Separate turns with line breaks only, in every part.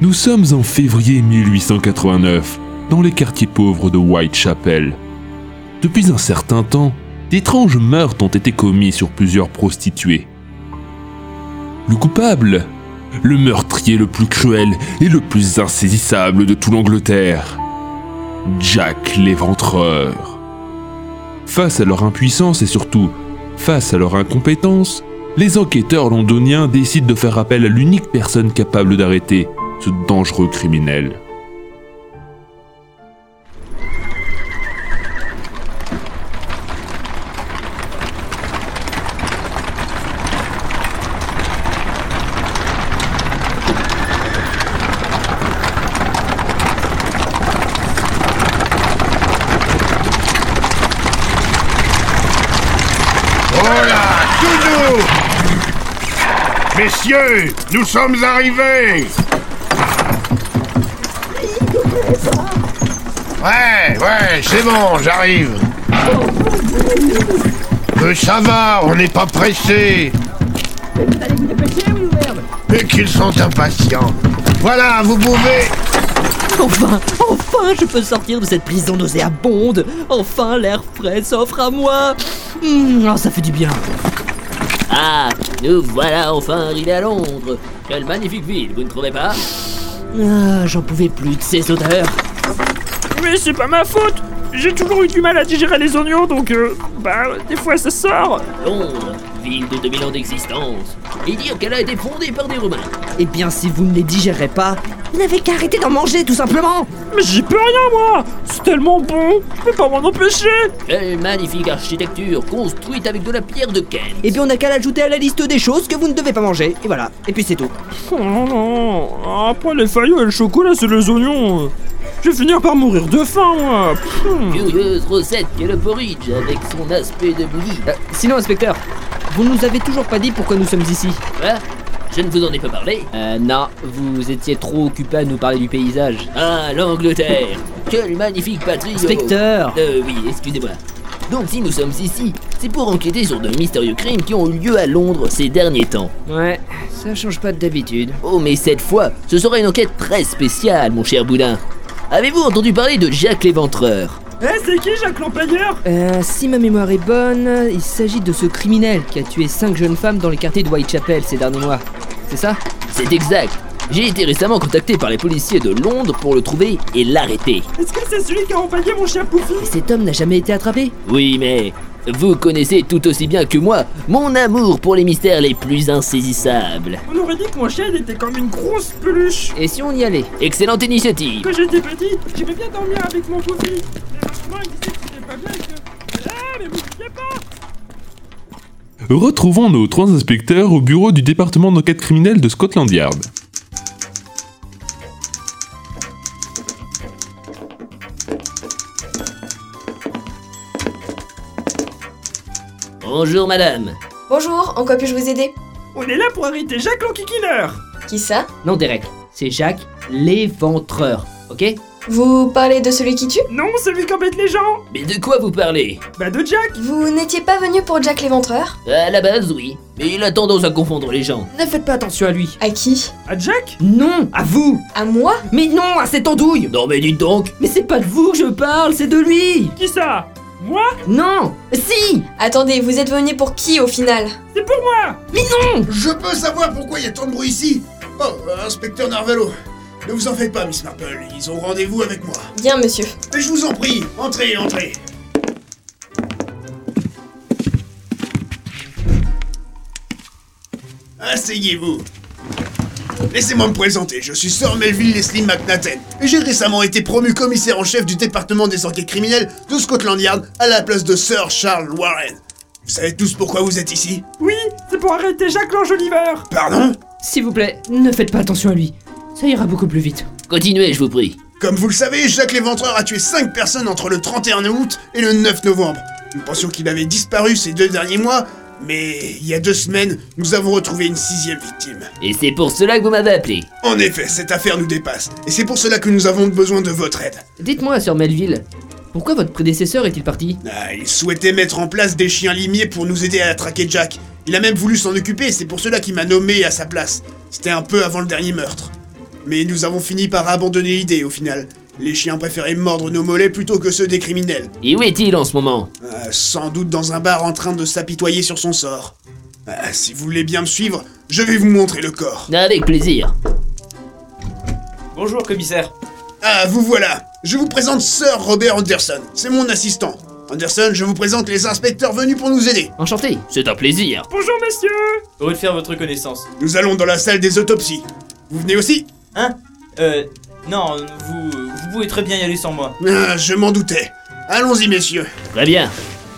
Nous sommes en février 1889, dans les quartiers pauvres de Whitechapel. Depuis un certain temps, d'étranges meurtres ont été commis sur plusieurs prostituées. Le coupable Le meurtrier le plus cruel et le plus insaisissable de tout l'Angleterre Jack l'éventreur. Face à leur impuissance et surtout face à leur incompétence, les enquêteurs londoniens décident de faire appel à l'unique personne capable d'arrêter ce dangereux criminel.
Messieurs, nous sommes arrivés Ouais, ouais, c'est bon, j'arrive. Mais ça va, on n'est pas pressé. Et qu'ils sont impatients. Voilà, vous pouvez...
Enfin, enfin, je peux sortir de cette prison nauséabonde. Enfin, l'air frais s'offre à moi. Hum, ah, ça fait du bien.
Ah, nous voilà enfin arrivés à Londres. Quelle magnifique ville, vous ne trouvez pas
Ah, j'en pouvais plus de ces odeurs.
Mais c'est pas ma faute J'ai toujours eu du mal à digérer les oignons, donc euh, bah des fois ça sort.
Londres, ville de 2000 ans d'existence. Et dire qu'elle a été fondée par des Romains.
Eh bien, si vous ne les digérez pas, vous n'avez qu'à arrêter d'en manger, tout simplement.
Mais j'y peux rien, moi C'est tellement bon Je peux pas m'en empêcher
Quelle magnifique architecture construite avec de la pierre de Ken.
Et puis, Eh on n'a qu'à l'ajouter à la liste des choses que vous ne devez pas manger. Et voilà. Et puis, c'est tout.
Oh non Ah, Après les faillots et le chocolat, c'est les oignons. Je vais finir par mourir de faim, moi. Pfff.
Curieuse recette qu'est le porridge avec son aspect de bouillie.
Euh, sinon, inspecteur, vous ne nous avez toujours pas dit pourquoi nous sommes ici.
Quoi Hein? Je ne vous en ai pas parlé.
Euh, non, vous étiez trop occupé à nous parler du paysage.
Ah, l'Angleterre Quelle magnifique patrie oh.
Inspecteur
Euh, oui, excusez-moi. Donc si nous sommes ici, c'est pour enquêter sur de mystérieux crimes qui ont eu lieu à Londres ces derniers temps.
Ouais, ça change pas de d'habitude.
Oh, mais cette fois, ce sera une enquête très spéciale, mon cher Boudin. Avez-vous entendu parler de Jacques l'Éventreur
Eh, c'est qui Jacques l'Empailleur
Euh, si ma mémoire est bonne, il s'agit de ce criminel qui a tué cinq jeunes femmes dans les quartiers de Whitechapel ces derniers mois. C'est ça
C'est exact. J'ai été récemment contacté par les policiers de Londres pour le trouver et l'arrêter.
Est-ce que c'est celui qui a empaillé mon chien Pouffi
Et cet homme n'a jamais été attrapé
Oui, mais vous connaissez tout aussi bien que moi mon amour pour les mystères les plus insaisissables.
On aurait dit que mon chien il était comme une grosse peluche.
Et si on y allait
Excellente initiative.
Quand j'étais petite, j'aimais bien dormir avec mon Pouffi. Mais maintenant, il disait que c'était pas bien et que... Ah, mais vous ne pas
Retrouvons nos trois inspecteurs au bureau du département d'enquête criminelle de Scotland Yard.
Bonjour madame.
Bonjour, en quoi puis-je vous aider
On est là pour arrêter Jacques l'enquiquineur
Qui ça
Non, Derek, c'est Jacques l'éventreur, ok
Vous parlez de celui qui tue
Non, celui qui embête les gens
Mais de quoi vous parlez
Bah de Jack
Vous n'étiez pas venu pour Jack l'éventreur
Euh, À la base, oui. Mais il a tendance à confondre les gens.
Ne faites pas attention à lui
À qui
À Jack
Non, à vous
À moi
Mais non, à cette andouille
Non mais dites donc
Mais c'est pas de vous que je parle, c'est de lui
Qui ça Moi
Non Si
Attendez, vous êtes venu pour qui au final
C'est pour moi
Mais non
Je peux savoir pourquoi il y a tant de bruit ici Oh, euh, inspecteur Narvalo, ne vous en faites pas, Miss Marple, ils ont rendez-vous avec moi.
Bien, monsieur.
Mais je vous en prie, entrez, entrez. Asseyez-vous. Laissez-moi me présenter, je suis Sir Melville Leslie McNaten, et j'ai récemment été promu commissaire en chef du département des enquêtes criminelles de Scotland Yard à la place de Sir Charles Warren. Vous savez tous pourquoi vous êtes ici
Oui, c'est pour arrêter Jacques l'enjoliveur
Pardon
S'il vous plaît, ne faites pas attention à lui. Ça ira beaucoup plus vite.
Continuez, je vous prie.
Comme vous le savez, Jacques l'Éventreur a tué 5 personnes entre le 31 août et le 9 novembre. Nous pensions qu'il avait disparu ces deux derniers mois, mais il y a deux semaines, nous avons retrouvé une sixième victime.
Et c'est pour cela que vous m'avez appelé.
En effet, cette affaire nous dépasse, et c'est pour cela que nous avons besoin de votre aide.
Dites-moi, Sir Melville, pourquoi votre prédécesseur est-il parti
Ah, il souhaitait mettre en place des chiens limiers pour nous aider à traquer Jack. Il a même voulu s'en occuper, c'est pour cela qu'il m'a nommé à sa place. C'était un peu avant le dernier meurtre. Mais nous avons fini par abandonner l'idée au final. Les chiens préféraient mordre nos mollets plutôt que ceux des criminels.
Et où est-il en ce moment
Euh, sans doute dans un bar en train de s'apitoyer sur son sort. Euh, si vous voulez bien me suivre, je vais vous montrer le corps.
Avec plaisir.
Bonjour, commissaire.
Ah, vous voilà Je vous présente Sir Robert Anderson. C'est mon assistant. Anderson, je vous présente les inspecteurs venus pour nous aider.
Enchanté, c'est un plaisir.
Bonjour, messieurs Heureux de faire votre connaissance.
Nous allons dans la salle des autopsies. Vous venez aussi
Hein Euh. Non, vous. Vous pouvez très bien y aller sans moi.
Ah, Je m'en doutais. Allons-y, messieurs.
Très bien.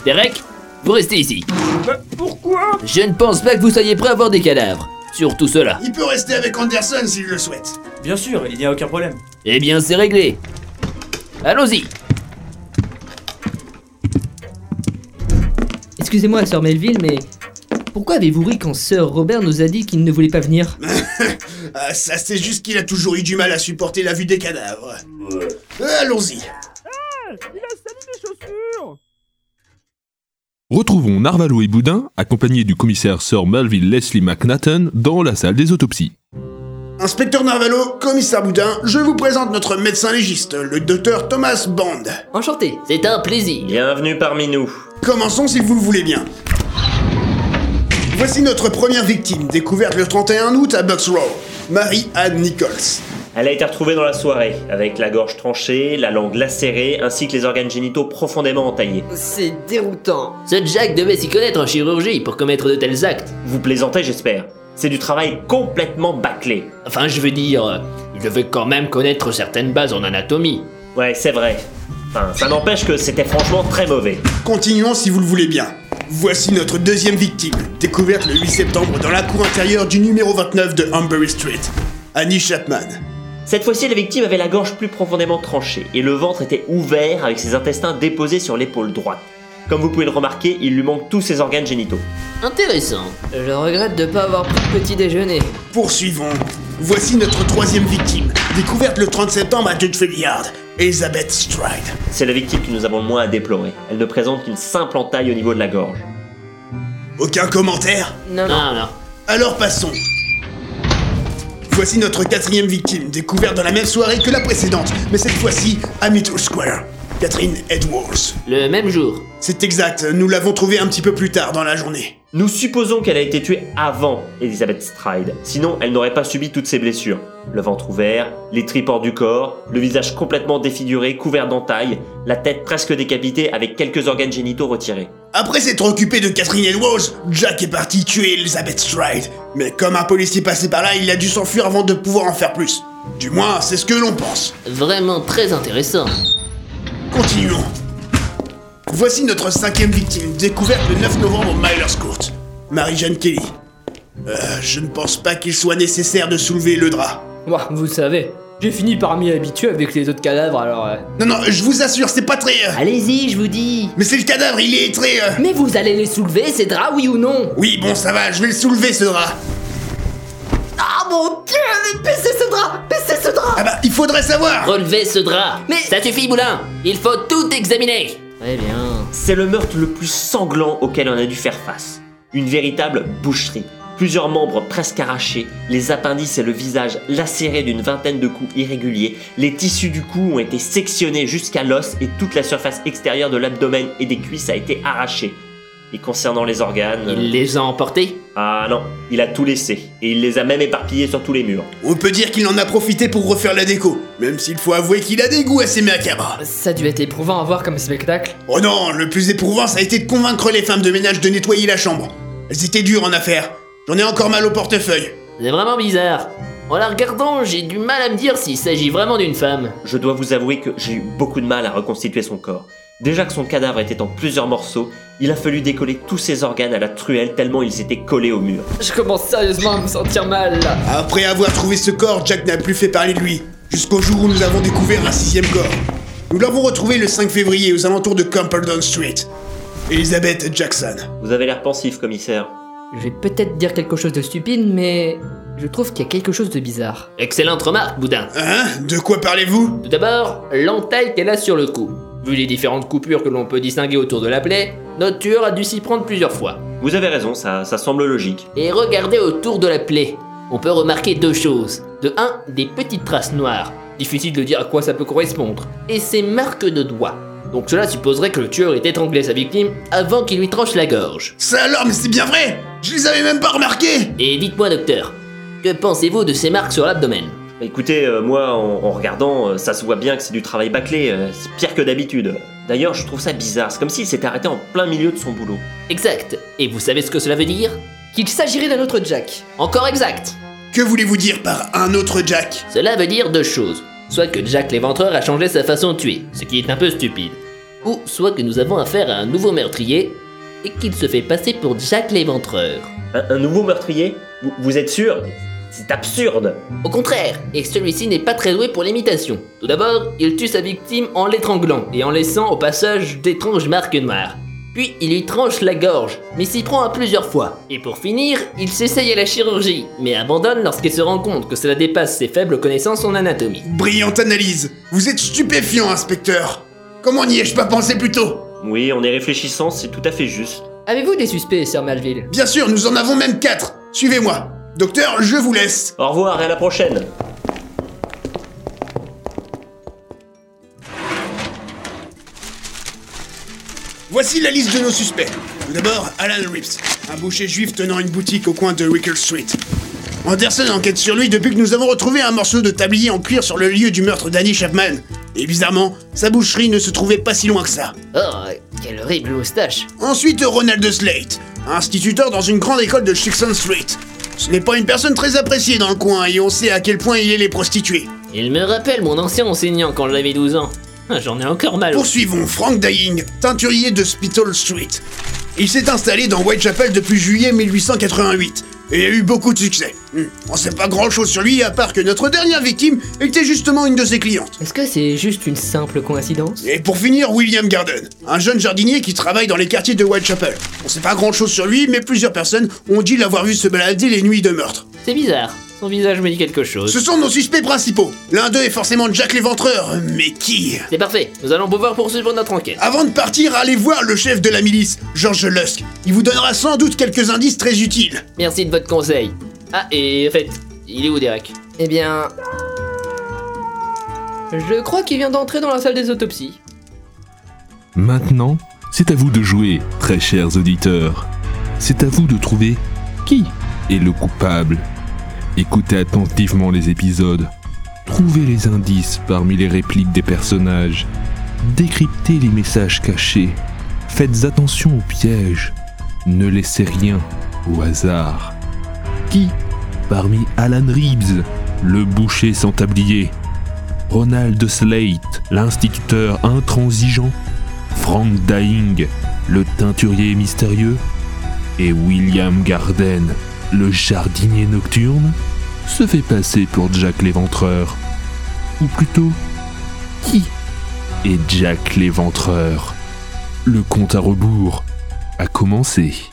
Derek, vous restez ici.
Bah, pourquoi
Je ne pense pas que vous soyez prêt à voir des cadavres. Surtout cela.
Il peut rester avec Anderson s'il le souhaite.
Bien sûr, il n'y a aucun problème.
Eh bien, c'est réglé. Allons-y.
Excusez-moi, sœur Melville, mais pourquoi avez-vous ri quand sœur Robert nous a dit qu'il ne voulait pas venir
Ah, ça, c'est juste qu'il a toujours eu du mal à supporter la vue des cadavres. Euh, Allons-y.
Il a sali mes chaussures
Retrouvons Narvalo et Boudin, accompagnés du commissaire Sir Melville Leslie McNaughton, dans la salle des autopsies.
Inspecteur Narvalo, commissaire Boudin, je vous présente notre médecin légiste, le docteur Thomas Band.
Enchanté
C'est un plaisir.
Bienvenue parmi nous.
Commençons si vous le voulez bien. Voici notre première victime, découverte le 31 août à Bucks Row, Marie-Anne Nichols.
Elle a été retrouvée dans la soirée, avec la gorge tranchée, la langue lacérée, ainsi que les organes génitaux profondément entaillés.
C'est déroutant
Ce Jack devait s'y connaître en chirurgie pour commettre de tels actes.
Vous plaisantez, j'espère. C'est du travail complètement bâclé.
Enfin, je veux dire, euh, il devait quand même connaître certaines bases en anatomie.
Ouais, c'est vrai. Enfin, ça n'empêche que c'était franchement très mauvais.
Continuons si vous le voulez bien. Voici notre deuxième victime, découverte le 8 septembre dans la cour intérieure du numéro 29 de Humbury Street, Annie Chapman.
Cette fois-ci, la victime avait la gorge plus profondément tranchée et le ventre était ouvert avec ses intestins déposés sur l'épaule droite. Comme vous pouvez le remarquer, il lui manque tous ses organes génitaux.
Intéressant.
Je regrette de pas avoir pris le petit déjeuner.
Poursuivons. Voici notre troisième victime, découverte le 30 septembre à Dudley Yard, Elizabeth Stride.
C'est la victime que nous avons le moins à déplorer. Elle ne présente qu'une simple entaille au niveau de la gorge.
Aucun commentaire
Non,
Non, non.
Alors passons. Voici notre quatrième victime, découverte dans la même soirée que la précédente, mais cette fois-ci à Middle Square. Catherine Edwards.
Le même jour.
C'est exact, nous l'avons trouvée un petit peu plus tard dans la journée.
Nous supposons qu'elle a été tuée avant Elizabeth Stride, sinon elle n'aurait pas subi toutes ces blessures. Le ventre ouvert, les tripes hors du corps, le visage complètement défiguré, couvert d'entailles, la tête presque décapitée avec quelques organes génitaux retirés.
Après s'être occupé de Catherine Edwards, Jack est parti tuer Elizabeth Stride. Mais comme un policier passé par là, il a dû s'enfuir avant de pouvoir en faire plus. Du moins, c'est ce que l'on pense.
Vraiment très intéressant.
Continuons. Voici notre cinquième victime, découverte le 9 novembre au Milers Court. Marie-Jeanne Kelly. Euh, je ne pense pas qu'il soit nécessaire de soulever le drap.
Ouah, vous savez, j'ai fini par m'y habituer avec les autres cadavres alors. euh,
Non, non, je vous assure, c'est pas très... euh,
Allez-y, je vous dis.
Mais c'est le cadavre, il est très... euh,
Mais vous allez les soulever, ces draps, oui ou non
Oui, bon, ça va, je vais le soulever, ce drap.
Ah mon dieu, mais baissez ce drap Baissez ce drap
Ah bah, il faudrait savoir
Relevez ce drap.
Mais-
Ça suffit, Moulin. Il faut tout examiner. Très bien.
C'est le meurtre le plus sanglant auquel on a dû faire face. Une véritable boucherie. Plusieurs membres presque arrachés, les appendices et le visage lacérés d'une vingtaine de coups irréguliers, les tissus du cou ont été sectionnés jusqu'à l'os et toute la surface extérieure de l'abdomen et des cuisses a été arrachée. Et concernant les organes...
Il les a emportés
Ah non, il a tout laissé, et il les a même éparpillés sur tous les murs.
On peut dire qu'il en a profité pour refaire la déco, même s'il faut avouer qu'il a des goûts assez macabres.
Ça a dû être éprouvant à voir comme spectacle.
Oh non, le plus éprouvant, ça a été de convaincre les femmes de ménage de nettoyer la chambre. Elles étaient dures en affaires. J'en ai encore mal au portefeuille.
C'est vraiment bizarre. En la regardant, j'ai du mal à me dire s'il s'agit vraiment d'une femme.
Je dois vous avouer que j'ai eu beaucoup de mal à reconstituer son corps. Déjà que son cadavre était en plusieurs morceaux, il a fallu décoller tous ses organes à la truelle tellement ils étaient collés au mur.
Je commence sérieusement à me sentir mal là.
Après avoir trouvé ce corps, Jack n'a plus fait parler de lui, jusqu'au jour où nous avons découvert un sixième corps. Nous l'avons retrouvé le 5 février aux alentours de Campbelldown Street. Elizabeth Jackson.
Vous avez l'air pensif, commissaire.
Je vais peut-être dire quelque chose de stupide, mais je trouve qu'il y a quelque chose de bizarre.
Excellente remarque, Boudin.
Hein De quoi parlez-vous
Tout d'abord, l'entaille qu'elle a sur le cou. Vu les différentes coupures que l'on peut distinguer autour de la plaie, notre tueur a dû s'y prendre plusieurs fois.
Vous avez raison, ça, ça semble logique.
Et regardez autour de la plaie. on peut remarquer deux choses. De un, des petites traces noires. Difficile de dire à quoi ça peut correspondre. Et ces marques de doigts. Donc cela supposerait que le tueur ait étranglé sa victime avant qu'il lui tranche la gorge.
Ça alors, mais c'est bien vrai Je les avais même pas remarqués
Et dites-moi, docteur, que pensez-vous de ces marques sur l'abdomen
Bah, Écoutez, euh, moi, en, en regardant, euh, ça se voit bien que c'est du travail bâclé, euh, c'est pire que d'habitude. D'ailleurs, je trouve ça bizarre, c'est comme s'il s'était arrêté en plein milieu de son boulot.
Exact. Et vous savez ce que cela veut dire
Qu'il s'agirait d'un autre Jack.
Encore exact.
Que voulez-vous dire par un autre Jack
Cela veut dire deux choses. Soit que Jack l'éventreur a changé sa façon de tuer, ce qui est un peu stupide. Ou soit que nous avons affaire à un nouveau meurtrier et qu'il se fait passer pour Jack l'éventreur.
Un, un nouveau meurtrier vous, vous êtes sûr C'est absurde
Au contraire, et celui-ci n'est pas très doué pour l'imitation. Tout d'abord, il tue sa victime en l'étranglant et en laissant au passage d'étranges marques noires. Puis il lui tranche la gorge, mais s'y prend à plusieurs fois. Et pour finir, il s'essaye à la chirurgie, mais abandonne lorsqu'il se rend compte que cela dépasse ses faibles connaissances en anatomie.
Brillante analyse Vous êtes stupéfiant, inspecteur Comment n'y ai-je pas pensé plus tôt
Oui, en y réfléchissant, c'est tout à fait juste.
Avez-vous des suspects, Sir Malville
Bien sûr, nous en avons même quatre Suivez-moi Docteur, je vous laisse
Au revoir et à la prochaine
Voici la liste de nos suspects. Tout d'abord, Alan Rips, un boucher juif tenant une boutique au coin de Wicker Street. Anderson enquête sur lui depuis que nous avons retrouvé un morceau de tablier en cuir sur le lieu du meurtre d'Annie Chapman. Et bizarrement, sa boucherie ne se trouvait pas si loin que ça.
Oh, quelle horrible moustache
Ensuite, Ronald Slate, instituteur dans une grande école de Jackson Street. Ce n'est pas une personne très appréciée dans le coin et on sait à quel point il est les prostituées.
Il me rappelle mon ancien enseignant quand j'avais 12 ans. Ah, J'en ai encore mal. au-
Poursuivons Frank Dying, teinturier de Spital Street. Il s'est installé dans Whitechapel depuis juillet 1888 et a eu beaucoup de succès. Hmm, On sait pas grand chose sur lui à part que notre dernière victime était justement une de ses clientes.
Est-ce que c'est juste une simple coïncidence
Et pour finir, William Garden, un jeune jardinier qui travaille dans les quartiers de Whitechapel. On sait pas grand chose sur lui, mais plusieurs personnes ont dit l'avoir vu se balader les nuits de meurtre.
C'est bizarre. Son visage me dit quelque chose.
Ce sont nos suspects principaux. L'un d'eux est forcément Jack l'éventreur, mais qui
C'est parfait. Nous allons pouvoir poursuivre notre enquête.
Avant de partir, allez voir le chef de la milice, George Lusk. Il vous donnera sans doute quelques indices très utiles.
Merci de votre conseil. Ah, et en fait, il est où Derek
Eh bien... Je crois qu'il vient d'entrer dans la salle des autopsies.
Maintenant, c'est à vous de jouer, très chers auditeurs. C'est à vous de trouver qui est le coupable. Écoutez attentivement les épisodes. Trouvez les indices parmi les répliques des personnages. Décryptez les messages cachés. Faites attention aux pièges. Ne laissez rien au hasard. Qui parmi Alan Reeves, le boucher sans tablier, Ronald Slate, l'instituteur intransigeant, Frank Dying, le teinturier mystérieux, et William Garden, le jardinier nocturne, se fait passer pour Jack l'éventreur. Ou plutôt, qui est Jack l'éventreur Le compte à rebours a commencé.